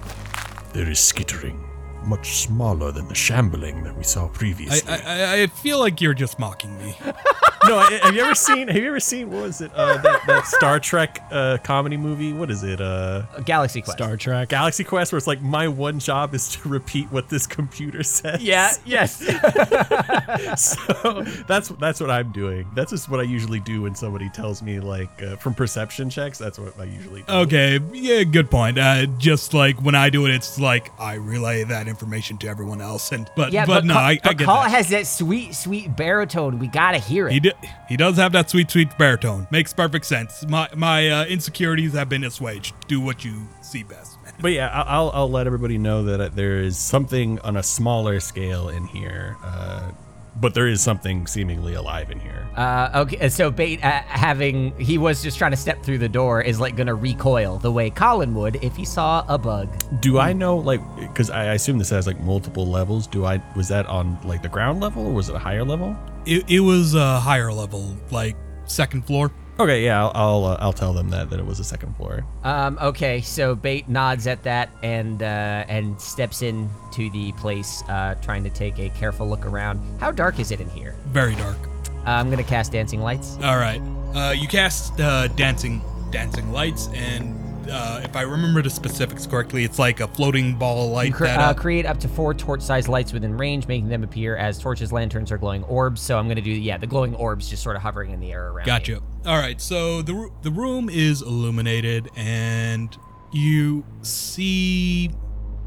S6: There is skittering, much smaller than the shambling that we saw
S2: I,
S6: previously.
S2: I- I, I feel like you're just mocking me.
S3: no, I- have you ever seen? Have you ever seen? What was it? Uh, that, that Star Trek uh, comedy movie? What is it? Uh,
S4: Uh, Galaxy Quest.
S5: Trek.
S3: Galaxy Quest, where it's like my one job is to repeat what this computer <laughs>
S4: <laughs>
S3: says.
S4: Yeah, yes.
S3: so that's that's what I'm doing. That's just what I usually do when somebody tells me like uh, from perception checks. That's what I usually do.
S2: Okay, yeah, good point. Uh, just like when I do it, it's like I relay that information to everyone else, and but
S4: yeah,
S2: but, no,
S4: Ca-
S2: I, I
S4: but
S2: get
S4: Call
S2: that.
S4: has that sweet, sweet baritone. We gotta hear
S2: He
S4: it.
S2: d he does have that sweet sweet baritone. Makes perfect sense. My my uh, insecurities have been assuaged. Do what you see best, man.
S3: But yeah, I- I'll I'll let everybody know that uh, there is something on a smaller scale in here, uh, but there is something seemingly alive in here.
S4: Uh, okay, so Bait, uh, having he was just trying to step through the door, is like gonna recoil the way Colin would if he saw a bug.
S3: Do I know like because I I assume this has like multiple levels? Do I was that on like the ground level or was it a higher level?
S2: It, it was a higher level, like second floor.
S3: Okay, yeah, I'll I'll, uh, I'll tell them that that it was a second floor.
S4: Um, okay, so Bait nods at that and uh, and steps into the place, uh, trying to take a careful look around. How dark is it in here?
S2: Very dark.
S4: Uh, I'm gonna cast dancing lights.
S2: All right. Uh, you cast uh, dancing dancing lights, and uh, if I remember the specifics correctly, it's like a floating ball of light
S4: You cre-
S2: that.
S4: uh,
S2: uh,
S4: create up to four torch-sized lights within range, making them appear as torches, lanterns, or glowing orbs. So I'm gonna do yeah, the glowing orbs just sort of hovering in the air around. me.
S2: Gotcha. All right, so the ru- the room is illuminated, and you see.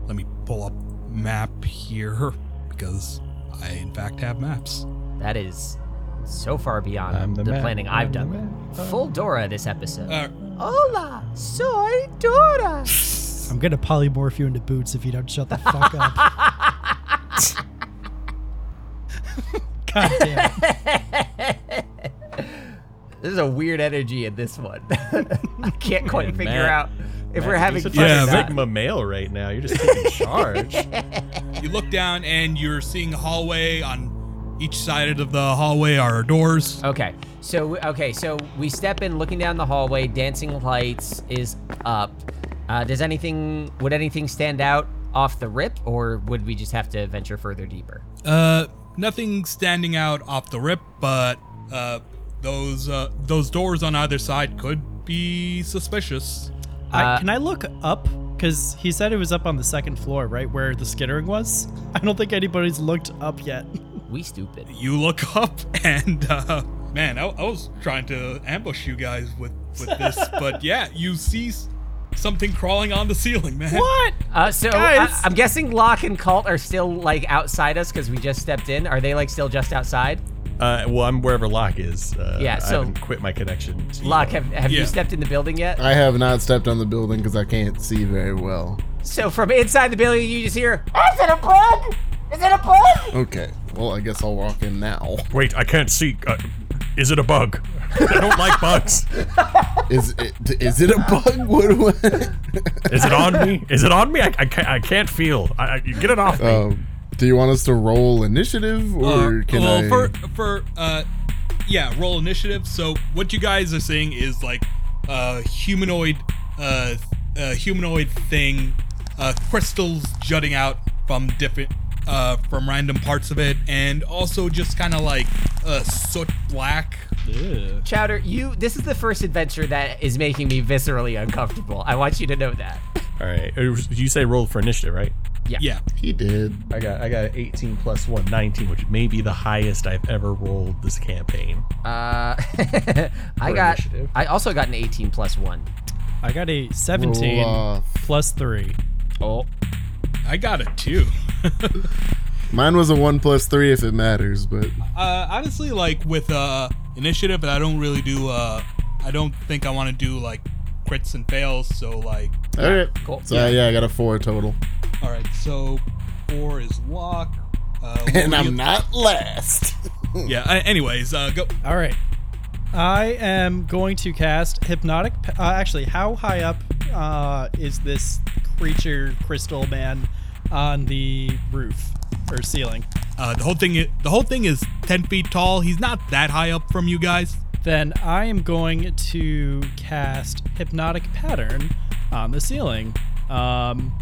S2: Let me pull up map here because I in fact have maps.
S4: That is so far beyond
S3: I'm
S4: the,
S3: the man,
S4: planning
S3: I'm
S4: I've
S3: the
S4: done.
S3: man, I'm-
S4: Full Dora this episode.
S2: Uh,
S4: Hola, soy
S2: <laughs>
S4: Dora.
S5: I'm gonna polymorph you into boots if you don't shut the fuck up. God damn it.
S4: There's a weird energy in this one. <laughs> I can't quite figure
S3: Matt-
S4: out if we're having
S3: You're
S4: fun
S3: such a
S2: Yeah,
S4: or not.
S3: sigma male right now. You're just <laughs> taking charge.
S2: You look down and you're seeing a hallway. On each side of the hallway are doors.
S4: Okay. So okay, so we step in, looking down the hallway. Dancing lights is up. Uh, does anything would anything stand out off the rip, or would we just have to venture further deeper?
S2: Uh, nothing standing out off the rip, but uh, those uh, those doors on either side could be suspicious.
S5: I,
S4: Uh,
S5: can I look up? Because he said it was up on the second floor, right where the skittering was. <laughs> I don't think anybody's looked up yet. <laughs>
S4: We stupid.
S2: You look <laughs> up and uh, man, I, I was trying to ambush you guys with with this, but yeah, you see s- something crawling on the ceiling, man.
S5: What?
S4: Uh, so I,
S5: Guys!
S4: I'm guessing Locke and Colt are still like outside us because we just stepped in. Are they like still just outside?
S3: Uh, well, I'm wherever Locke is. Uh,
S4: Yeah, so-
S3: I haven't quit my connection. To
S4: Locke, have, have
S2: Yeah.
S4: you stepped in the building yet?
S1: I have not stepped on the building because I can't see very well.
S4: So from inside the building, you just hear.
S1: Okay. Well, I guess I'll walk in now.
S6: Wait, I can't see. Uh, is it a bug? I don't like bugs.
S1: <laughs> Is it is it a bug? <laughs> What do I?
S6: Is it on me? Is it on me? I, I, can't, I can't feel. I, I, get it off me.
S1: <laughs> Um, do you want us to roll initiative or
S2: Uh,
S1: can
S2: well,
S1: I?
S2: for for uh, yeah, roll initiative. So what you guys are seeing is like a humanoid, uh, a humanoid thing, uh, crystals jutting out from different, uh, from random parts of it, and also just kind of like uh, soot black.
S4: Chowder, you. This is the first adventure that is making me viscerally uncomfortable. I want you to know that.
S3: All right. It was- You say roll for initiative, right?
S2: Yeah.
S1: he did.
S3: I got I got 18 plus 1, 19, which may be the highest I've ever rolled this campaign.
S4: Uh, I got.
S3: initiative.
S4: I also got an 18 plus one.
S5: I got a 17
S1: Roll off.
S5: plus three.
S4: Oh.
S2: I got it too.
S1: Mine was a one plus three if it matters, but
S2: Uh, honestly, like with uh, initiative, I don't really do. Uh, I don't think I want to do like crits and fails. So like
S1: all right.
S4: Cool.
S1: So yeah. I got a four total,
S2: All right, so four is walk. Uh,
S1: and
S2: what do
S1: I'm
S2: you-
S1: not last.
S2: Yeah. uh, anyways, uh, go.
S5: All right. I am going to cast hypnotic. P- Uh, actually, how high up uh, is this creature crystal man on the roof or ceiling?
S2: Uh, the whole thing. i- The whole thing is ten feet tall. He's not that high up from you guys.
S5: Then I am going to cast hypnotic pattern on the ceiling. Um,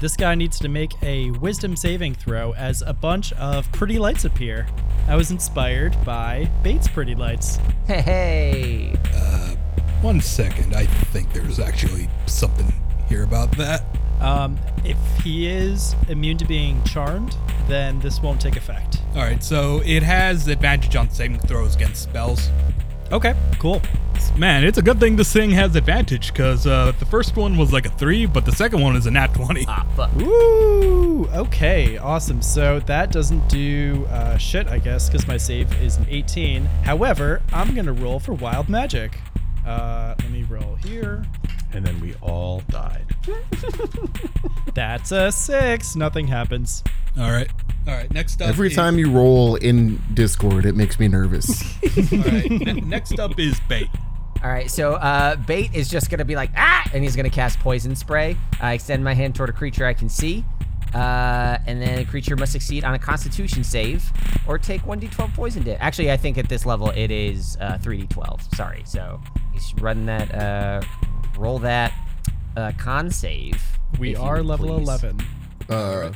S5: this guy needs to make a wisdom saving throw as a bunch of pretty lights appear. I was inspired by Bates' pretty lights.
S4: Hey, hey.
S2: One second. I think there's actually something here about that.
S5: Um, if he is immune to being charmed, then this won't take effect.
S2: All right, so it has advantage on saving throws against spells.
S5: Okay, cool.
S2: Man, it's a good thing this thing has advantage because uh, the first one was like a three, but the second one is a nat twenty.
S4: Ah, fuck.
S5: Ooh, okay, awesome. So that doesn't do uh, shit, I guess, because my save is an 18. However, I'm gonna roll for wild magic. Uh, let me roll here.
S3: And then we all died.
S5: That's a six. Nothing happens.
S2: All right. All right. Next
S1: <laughs>
S2: up.
S1: Every
S2: is-
S1: time you roll in Discord, it makes me nervous.
S2: <laughs> All
S1: <laughs>
S2: right, ne- next up is bait.
S4: All right, so uh, Bait is just gonna be like ah, and he's gonna cast poison spray. I extend my hand toward a creature I can see, uh, and then a creature must succeed on a Constitution save or take 1d12 poison damage. Actually, I think at this level it is uh, 3d12. Sorry, so he's run that, uh, roll that uh, con save.
S5: We
S4: if you
S5: are
S4: would
S5: level
S4: please.
S5: 11.
S1: Uh,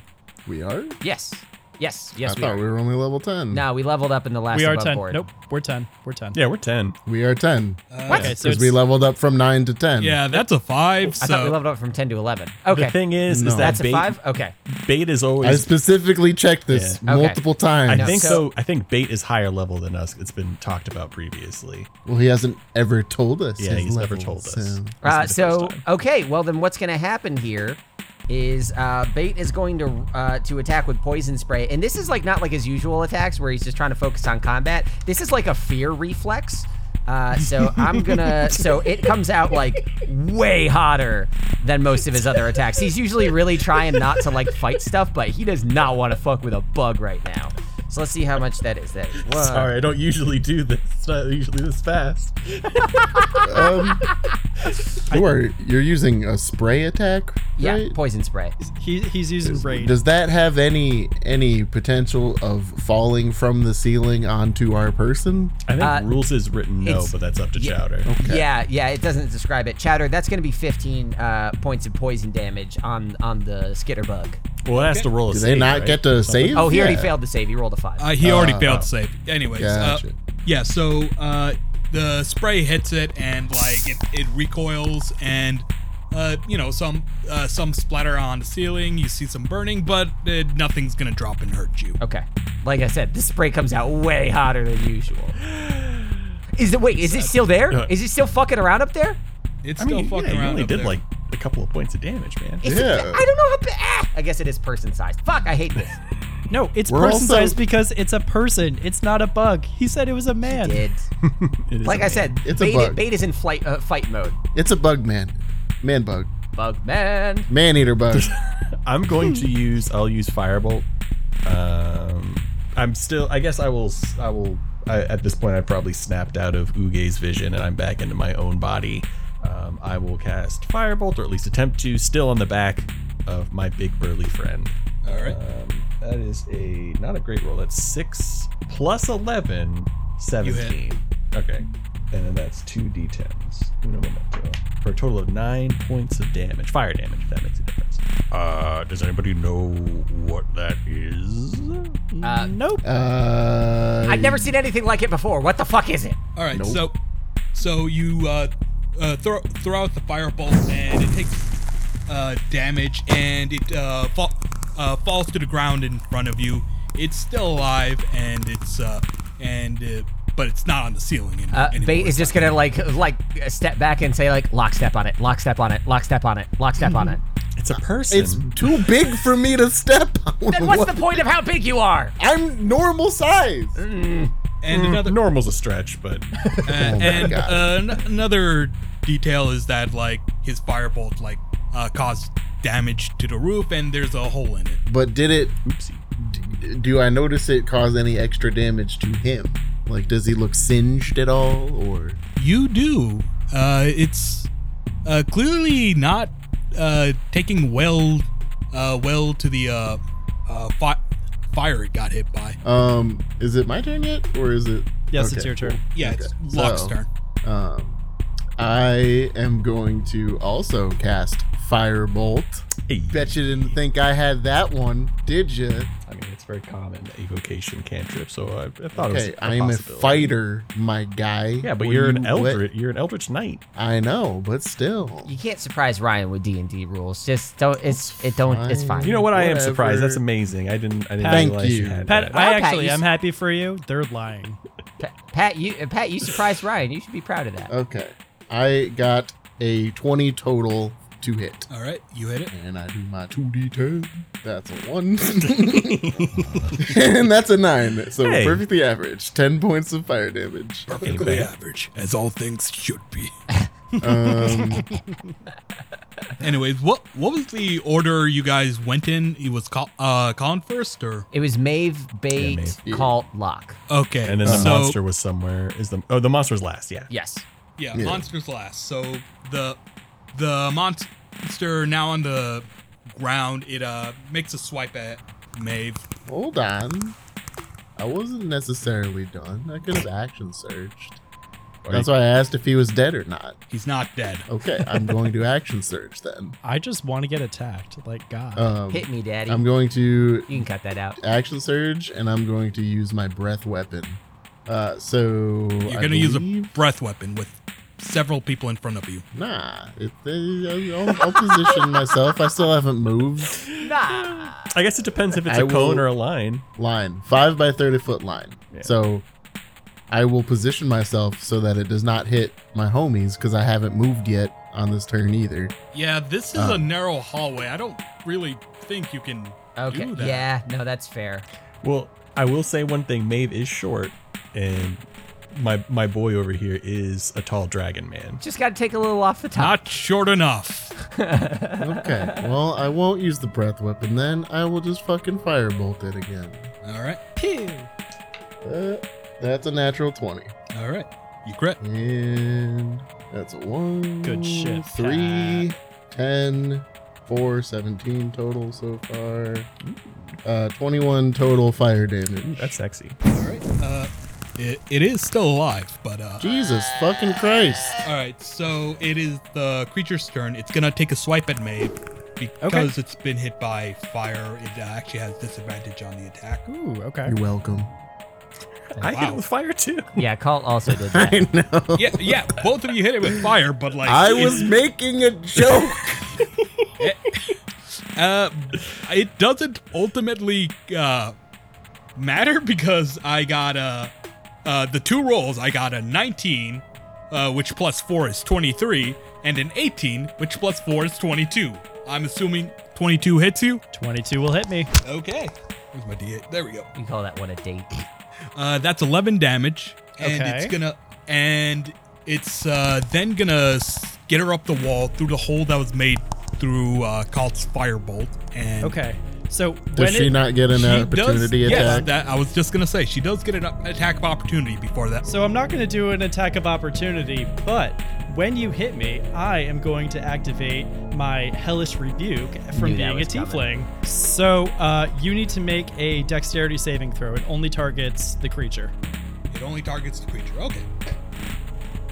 S1: we are.
S4: Yes. Yes, yes,
S1: I
S4: we
S1: thought
S4: are.
S1: we were only level 10.
S4: No, we leveled up in the last
S5: we are
S4: above
S5: 10.
S4: board.
S5: Nope, we're 10. We're 10.
S3: Yeah, we're 10.
S1: We are 10.
S5: Okay, so
S1: Because
S5: it's,
S1: we leveled up from 9 to 10.
S2: Uh, Yeah, that's a five.
S4: I thought we
S2: So
S4: leveled up from 10 to 11. Okay.
S3: The thing is,
S1: No.
S3: is that
S4: That's
S3: bait,
S4: a 5? Okay.
S3: bait is always.
S1: I specifically checked this
S4: Okay.
S1: multiple
S3: I
S1: times.
S3: think
S4: So-
S3: so. I think bait is higher level than us. It's been talked about previously.
S1: Well, he hasn't ever told us.
S3: Yeah,
S1: his
S3: he's never
S1: level,
S3: told us.
S1: so-
S4: Uh,
S3: This is the first
S4: so
S3: time.
S4: okay, well then, what's going to happen here is uh, Bait is going to uh, to attack with poison spray, and this is like not like his usual attacks where he's just trying to focus on combat. This is like a fear reflex. Uh, so I'm
S3: <laughs>
S4: gonna. so it comes out like way hotter than most of his other attacks. He's usually really trying not to like fight stuff, but he does not want to fuck with a bug right now. So let's see how much that is. That is one.
S3: Sorry, I don't usually do this. It's not usually this fast.
S1: You are, you're using a spray attack,
S4: Yeah,
S1: right?
S4: poison spray.
S5: he, he's using raid.
S1: Does that have any any potential of falling from the ceiling onto our person?
S3: I think
S4: Uh,
S3: rules is written no,
S4: it's-
S3: but that's up to
S4: yeah.
S3: Chowder.
S4: Yeah, yeah, it doesn't describe it. Chowder, that's going to be 15 uh, points of poison damage on on the skitter bug.
S3: Well, it has to roll a
S1: Do they
S3: save,
S1: not
S3: right?
S1: get to save?
S4: Oh, he already
S1: Yeah.
S4: failed the save. He rolled a five.
S2: uh, he already
S1: Uh,
S2: failed to save. Anyways, uh,
S1: Gotcha.
S2: yeah. So uh, the spray hits it, and like it, it recoils, and uh, you know some uh, some splatter on the ceiling. You see some burning, but uh, nothing's gonna drop and hurt you.
S4: okay. Like I said, this spray comes out way hotter than usual. Is it? Wait, is it still there? Is it still fucking around up there?
S2: It's
S3: I
S2: still
S3: mean, yeah,
S2: fucking
S3: you
S2: around.
S3: only
S2: up
S3: did
S2: there.
S3: like a couple of points of damage, man.
S4: Is it-
S1: Yeah.
S4: I don't know how. Big, ah! I guess it is person sized. Fuck, I hate this.
S5: No, it's
S1: We're
S5: person
S1: also-
S5: size because it's a person. It's not a bug. He said it was a
S1: <laughs>
S5: man.
S4: Did.
S3: It is
S4: Like I
S3: amazing.
S4: said,
S1: It's a
S4: bait,
S1: bug.
S4: bait is in flight uh, fight mode.
S1: It's a bug man. Man bug.
S4: Bug man.
S1: Man eater
S3: <laughs>
S1: bug.
S3: I'm
S2: <laughs>
S3: going to use. I'll use firebolt. Um, I'm still. I guess I will. s- I will. I, at this point, I probably snapped out of Uge's vision, and I'm back into my own body. Um, I will cast firebolt, or at least attempt to, still on the back of my big burly friend.
S2: all right.
S3: Um, that is a not a great roll. That's six plus 11, 17. Okay, and then that's two d10s. Uno momento. For a total of nine points of damage, fire damage. If that makes a difference.
S6: Uh, does anybody know what that is?
S4: Uh,
S5: Nope.
S1: Uh,
S4: I've never seen anything like it before. What the fuck is it?
S2: All right, so so you uh, uh, throw throw out the firebolt and it takes uh, damage and it uh, fa- uh, falls to the ground in front of you. It's still alive and it's uh, and uh, but it's not on the ceiling any-
S4: Uh,
S2: anymore.
S4: Bait is
S2: It's
S4: just
S2: not-
S4: gonna like like uh, step back and say like lockstep on it, lockstep on it, lockstep on it, lockstep on it.
S3: It's a person.
S1: It's
S3: <laughs>
S1: too big for me to step <laughs> on.
S4: Then what's
S1: What-
S4: the point of how big you are?
S1: I'm normal size.
S2: and
S4: mm.
S3: <laughs>
S2: another
S3: Normal's a stretch, <laughs> but
S2: uh, and
S1: God.
S2: uh, an- another detail is that like his firebolt like uh, caused damage to the roof and there's a hole in it.
S1: But did it?
S3: oopsie.
S1: d- Do I notice it cause any extra damage to him? Like, does he look singed at all, or?
S2: You do. Uh, it's uh, clearly not uh, taking well, uh, well to the uh, uh, fi- fire it got hit by.
S1: Um, is it my turn yet, or is it?
S5: yes, it's
S1: Okay,
S5: your turn.
S2: Yeah, it's
S1: Okay,
S2: Locke's
S1: so-
S2: turn.
S1: Um, I am going to also cast Firebolt.
S3: Hey.
S1: Bet you didn't think I had that one, did you?
S3: I mean, it's very common evocation cantrip, so I, I thought it
S1: Okay,
S3: was. a
S1: I am a
S3: possibility.
S1: fighter, my guy.
S3: Yeah, but
S1: Will
S3: you're an
S1: you let-
S3: eldritch. You're an eldritch knight.
S1: I know, but still.
S4: You can't surprise Ryan with D and D rules. Just don't. It's it don't. It's
S1: Fine.
S4: fine.
S3: You know what? I am surprised. That's
S1: Whatever.
S3: amazing. I didn't. I didn't
S1: Thank
S3: realize you.
S1: you.
S3: had
S5: Pat,
S3: that.
S5: I
S4: Well, Pat,
S5: actually
S4: you
S5: am
S4: s-
S5: happy for you. They're lying.
S4: Pa- Pat, you uh, Pat, you surprised Ryan. You should be proud of that.
S1: Okay, I got a 20 total to hit.
S2: All right, you hit it.
S1: And I do my 2d10. That's a
S3: <laughs>
S1: 1. <laughs> and that's a 9. So
S3: Hey.
S1: perfectly average. 10 points of fire
S3: <laughs>
S1: damage.
S2: Perfectly average, as all things should be. <laughs>
S1: Um,
S2: Anyways, what what was the order you guys went in? It was call, uh, Colin first, or
S4: It was Mave, bait,
S3: Maeve.
S1: Yeah.
S4: cult, lock.
S2: okay,
S3: And then the
S2: so-
S3: monster was somewhere. Is the oh the monster was last? Yeah.
S4: Yes.
S2: Yeah,
S1: Yeah.
S2: monster's last. So the the monster now on the ground. It uh makes a swipe at Maeve.
S1: hold on. I wasn't necessarily done. I could have action surged. That's why I asked if he was dead or not.
S2: He's not dead.
S1: Okay, I'm going to action surge then.
S5: I just want to get attacked, like God.
S1: Um,
S4: Hit me, Daddy.
S1: I'm going to
S4: you can cut
S1: <laughs>
S4: that out.
S1: action surge, and I'm going to use my breath weapon. Uh, so
S2: You're
S1: I
S2: gonna use a
S1: believe-
S2: breath weapon with several people in front of you.
S1: nah. It, I'll, I'll position myself. I still haven't moved.
S4: Nah.
S3: I guess it depends if it's
S1: I
S3: a cone
S1: will-
S3: or a line.
S1: Line five by thirty foot line.
S3: Yeah.
S1: So I will position myself so that it does not hit my homies because I haven't moved yet on this turn either.
S2: Yeah, this is
S1: Uh.
S2: a narrow hallway. I don't really think you can
S4: Okay.
S2: do that.
S4: Yeah. No, that's fair.
S3: Well, I will say one thing. Maeve is short, and my my boy over here is a tall dragon man.
S4: Just got to take a little off the top.
S2: Not short enough.
S1: Okay. well, I won't use the breath weapon then. I will just fucking firebolt it again.
S2: All right,
S5: Pew.
S1: Uh, that's a natural twenty.
S2: all right. You crit.
S1: And that's a one.
S5: Good shit,
S1: Three, ten, four, seventeen total so far. Uh, 21 total fire damage.
S3: That's sexy.
S2: All right. Uh, it, it is still alive, but uh,
S1: Jesus fucking Christ.
S2: all right. So it is the creature's turn. It's gonna take a swipe at Maeve because it's been hit by fire. It uh, actually has disadvantage on the attack.
S5: Ooh, okay.
S1: You're welcome.
S3: I hit
S2: wow.
S3: it with fire too.
S4: Yeah, Colt also did that.
S2: <laughs> yeah, yeah. Both of you hit it with fire, but like
S1: I
S2: it-
S1: was making <laughs> a joke.
S2: Uh, it doesn't ultimately uh, matter because I got uh, uh, the two rolls. I got a 19, uh, which plus 4 is 23, and an 18, which plus 4 is 22. I'm assuming 22 hits you?
S5: 22 will hit me.
S2: Okay. Where's my D8? There we go.
S4: You call that one a date?
S2: Uh, that's 11 damage, and it's
S5: Okay.
S2: gonna. And it's uh, then gonna s- get her up the wall through the hole that was made through uh, Kalt's firebolt. And
S5: Okay. So when
S1: Does she
S5: it,
S1: not get an
S2: She
S1: opportunity
S2: does, yes,
S1: attack?
S2: that, I was just gonna say she does get an up- attack of opportunity before that.
S5: So I'm not going to do an attack of opportunity, but when you hit me, I am going to activate my hellish rebuke from
S4: Knew that
S5: being a
S4: was
S5: tiefling.
S4: coming.
S5: So uh, you need to make a dexterity saving throw. It only targets the creature.
S2: It only targets the creature. Okay.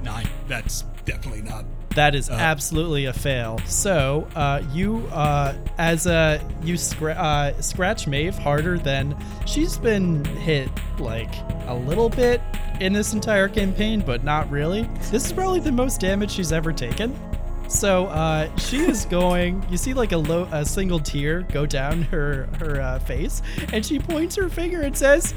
S2: Nine. That's definitely not.
S5: That is absolutely a fail. So uh, you, uh, as a you scra- uh, scratch Maeve harder than she's been hit like a little bit in this entire campaign, but not really. This is probably the most damage she's ever taken. So uh, she is going. You see, like a low, a single tear go down her her uh, face, and she points her finger and says,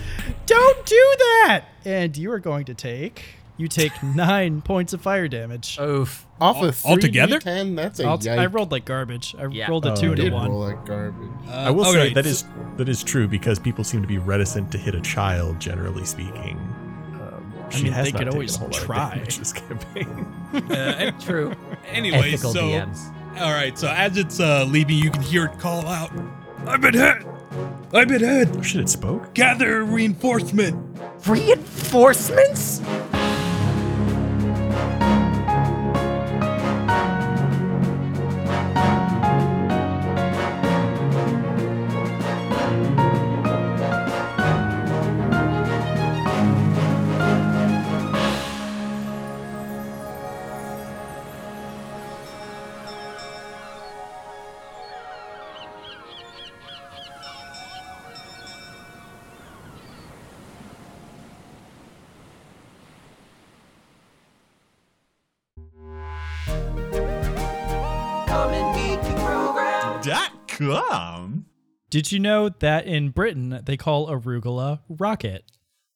S5: "Don't do that!" And you are going to take. You take nine points of fire damage.
S4: Oof.
S1: Off of
S2: All- altogether?
S1: 10 that's a
S5: I'll t- I
S1: yike.
S5: rolled like garbage. I
S4: Yeah.
S5: rolled a
S3: Oh,
S5: two and
S1: did
S5: a
S3: you
S5: one.
S1: roll like garbage.
S3: I will
S2: Uh,
S3: say
S2: alright,
S3: that is that is true because people seem to be reticent to hit a child, generally speaking. Um, she
S5: mean,
S3: has
S5: they
S3: not
S5: could
S3: taken
S5: always
S3: a whole lot of
S5: try.
S3: damage this campaign. <laughs>
S2: Uh,
S4: True.
S2: anyway,
S4: Ethical
S2: so
S4: DMs.
S2: all right. So as it's uh, leaving, you can hear it call out, "I've been hit! I've been hit!
S3: oh shit! It spoke.
S2: Gather reinforcement!"
S4: Reinforcements?
S3: Dot com.
S5: Did you know that in Britain they call arugula rocket?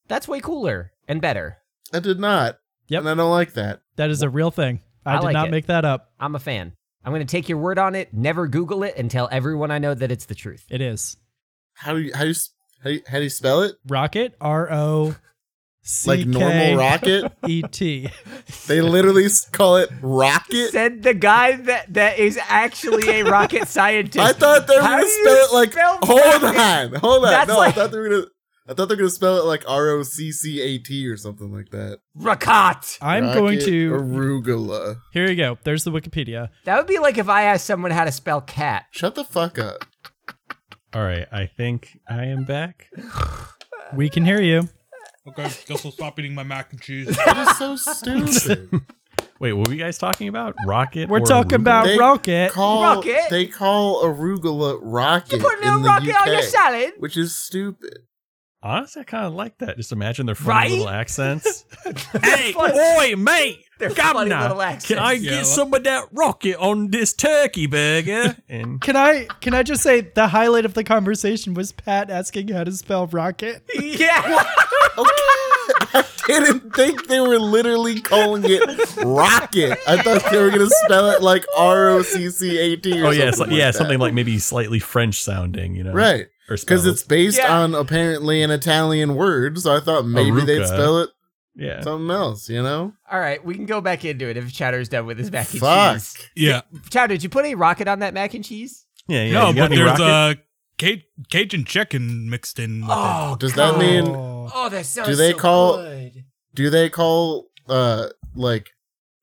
S4: That's way cooler and better.
S1: I did not.
S5: Yep.
S1: And I don't like that.
S5: That is a real thing. I,
S4: I
S5: did
S4: like
S5: not
S4: it.
S5: make that up.
S4: I'm a fan. I'm going to take your word on it, never Google it, and tell everyone I know that it's the truth.
S5: It is
S1: How do you, how do you, s- how do you, how do you spell it?
S5: rocket. R O C
S1: Like normal rocket?
S5: E T.
S1: They literally s- call it
S4: <laughs>
S1: rocket.
S4: Said the guy that, that is actually a <laughs> rocket scientist.
S1: I thought they were
S4: How
S1: gonna
S4: do you
S1: spell it like.
S4: spell
S1: hold
S4: rocket?
S1: on, hold on.
S4: That's
S1: no,
S4: like-
S1: I thought they were gonna. I thought they were gonna spell it like R O C C A T or something like that.
S4: Rakat.
S5: I'm
S1: Rocket
S5: going to.
S1: arugula.
S5: Here you go. There's the Wikipedia.
S4: That would be like if I asked someone how to spell cat.
S1: Shut the fuck up.
S3: All right, I think I am back.
S5: We can hear you.
S2: Okay, guess I'll stop eating my mac and cheese.
S1: That is so stupid.
S3: Wait, what were you guys talking about? Rocket?
S5: We're
S3: or
S5: talking
S3: arugula?
S5: about
S1: They
S5: rocket.
S1: Call,
S4: Rocket?
S1: They call arugula rocket.
S4: You put a
S1: in
S4: little
S1: the
S4: rocket
S1: UK,
S4: on your salad?
S1: Which is stupid. <laughs>
S3: Honestly, I kind of like that. Just imagine their funny
S4: Right?
S3: little accents. hey,
S4: funny.
S3: oi, mate!
S4: They're funny
S3: Governor,
S4: little accents.
S3: can I
S2: Yeah,
S3: get
S2: like-
S3: some of that rocket on this turkey burger? And
S5: Can I can I just say the highlight of the conversation was Pat asking how to spell rocket? <laughs>
S4: <laughs> Yeah.
S1: Okay. I didn't think they were literally calling it rocket. I thought they were gonna spell it like R O C C A T.
S3: oh yeah, it's like,
S1: like
S3: yeah,
S1: that.
S3: something like maybe slightly French sounding, you know?
S1: right.
S3: Or
S1: Because
S3: spelled.
S1: it's based
S4: Yeah.
S1: on apparently an Italian word, so I thought maybe they'd
S3: Aruca.
S1: spell it
S3: yeah.
S1: something else. You know?
S4: All right, we can go back into it if Chowder's done with his mac and
S1: Fuck.
S4: cheese.
S2: <laughs> yeah.
S4: Chowder, did you put any rocket on that mac and cheese?
S3: yeah, yeah.
S2: No,
S3: you got
S2: but
S3: any
S2: there's
S3: rocket?
S2: uh, Ca- Cajun chicken mixed in with it.
S4: Oh,
S1: Does that
S4: God.
S1: mean
S4: Oh, that sounds.
S1: do they
S4: so
S1: call-
S4: good.
S1: Do they call uh like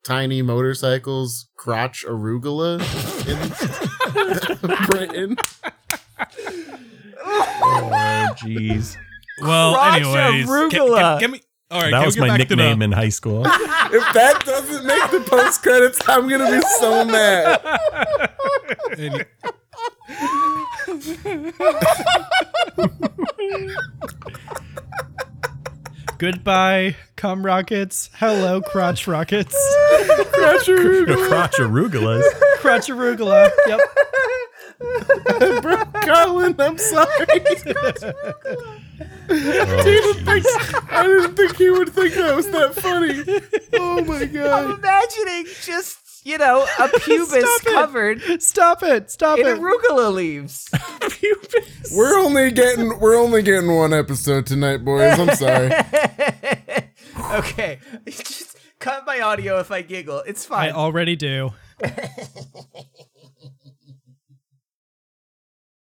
S1: tiny motorcycles crotch arugula in Britain?
S3: Oh, jeez.
S2: Well,
S4: Crotch
S2: anyways, ca- ca-
S4: arugula.
S2: can we- all right,
S3: that
S2: can
S3: was
S2: we get
S3: my
S2: back to the-
S3: nickname in high school. <laughs>
S1: If that doesn't make the post credits, I'm gonna be so mad.
S2: Any-
S5: Goodbye, cum rockets. Hello, crotch rockets.
S3: No, crotch arugulas.
S5: crotch arugula. Yep.
S1: Colin, I'm sorry. <laughs>
S3: Oh, jeez.
S1: I didn't think you would think that was that funny. Oh my
S4: I'm
S1: god.
S4: <laughs> imagining just you know
S5: <laughs>
S4: a pubis
S5: Stop it.
S4: covered
S5: Stop it. Stop
S4: in
S5: it. <laughs>
S4: arugula leaves. <laughs>
S1: We're only getting we're only getting one episode tonight, boys. I'm sorry.
S4: okay, <laughs> just cut my audio if I giggle. It's
S5: I
S4: fine.
S5: already do.